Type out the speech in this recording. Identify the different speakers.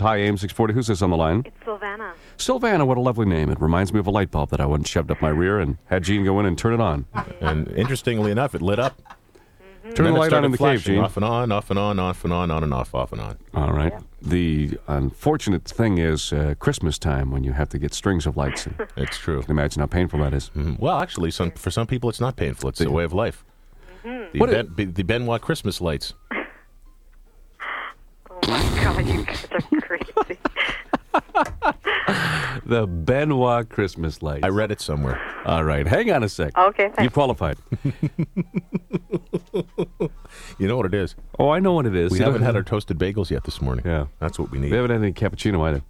Speaker 1: Hi, AM 640. Who's this on the line?
Speaker 2: It's Sylvana.
Speaker 1: Sylvana, what a lovely name. It reminds me of a light bulb that I once shoved up my rear and had Gene go in and turn it on.
Speaker 3: And interestingly enough, it lit up.
Speaker 1: Turn
Speaker 3: Then
Speaker 1: the
Speaker 3: it
Speaker 1: light on
Speaker 3: started
Speaker 1: in the cave,
Speaker 3: flashing
Speaker 1: Gene.
Speaker 3: Off and on, off and on, off and on, on and off, off and on.
Speaker 1: All right. The unfortunate thing is uh, Christmas time when you have to get strings of lights. And you
Speaker 3: It's true.
Speaker 1: can imagine how painful that is.
Speaker 3: Mhm. Well, actually, some for some people, it's not painful. It's a way of life. The,
Speaker 1: What
Speaker 3: ben, the Benoit Christmas lights.
Speaker 2: Oh my God, you guys are crazy.
Speaker 1: The Benoit Christmas lights.
Speaker 3: I read it somewhere.
Speaker 1: All right. Hang on a sec.
Speaker 2: Okay,
Speaker 1: You
Speaker 2: thanks.
Speaker 1: qualified.
Speaker 3: You know what it is?
Speaker 1: Oh, I know what it is.
Speaker 3: We
Speaker 1: You
Speaker 3: haven't
Speaker 1: know-
Speaker 3: had our toasted bagels yet this morning.
Speaker 1: Yeah.
Speaker 3: That's what we need.
Speaker 1: We haven't had any cappuccino either.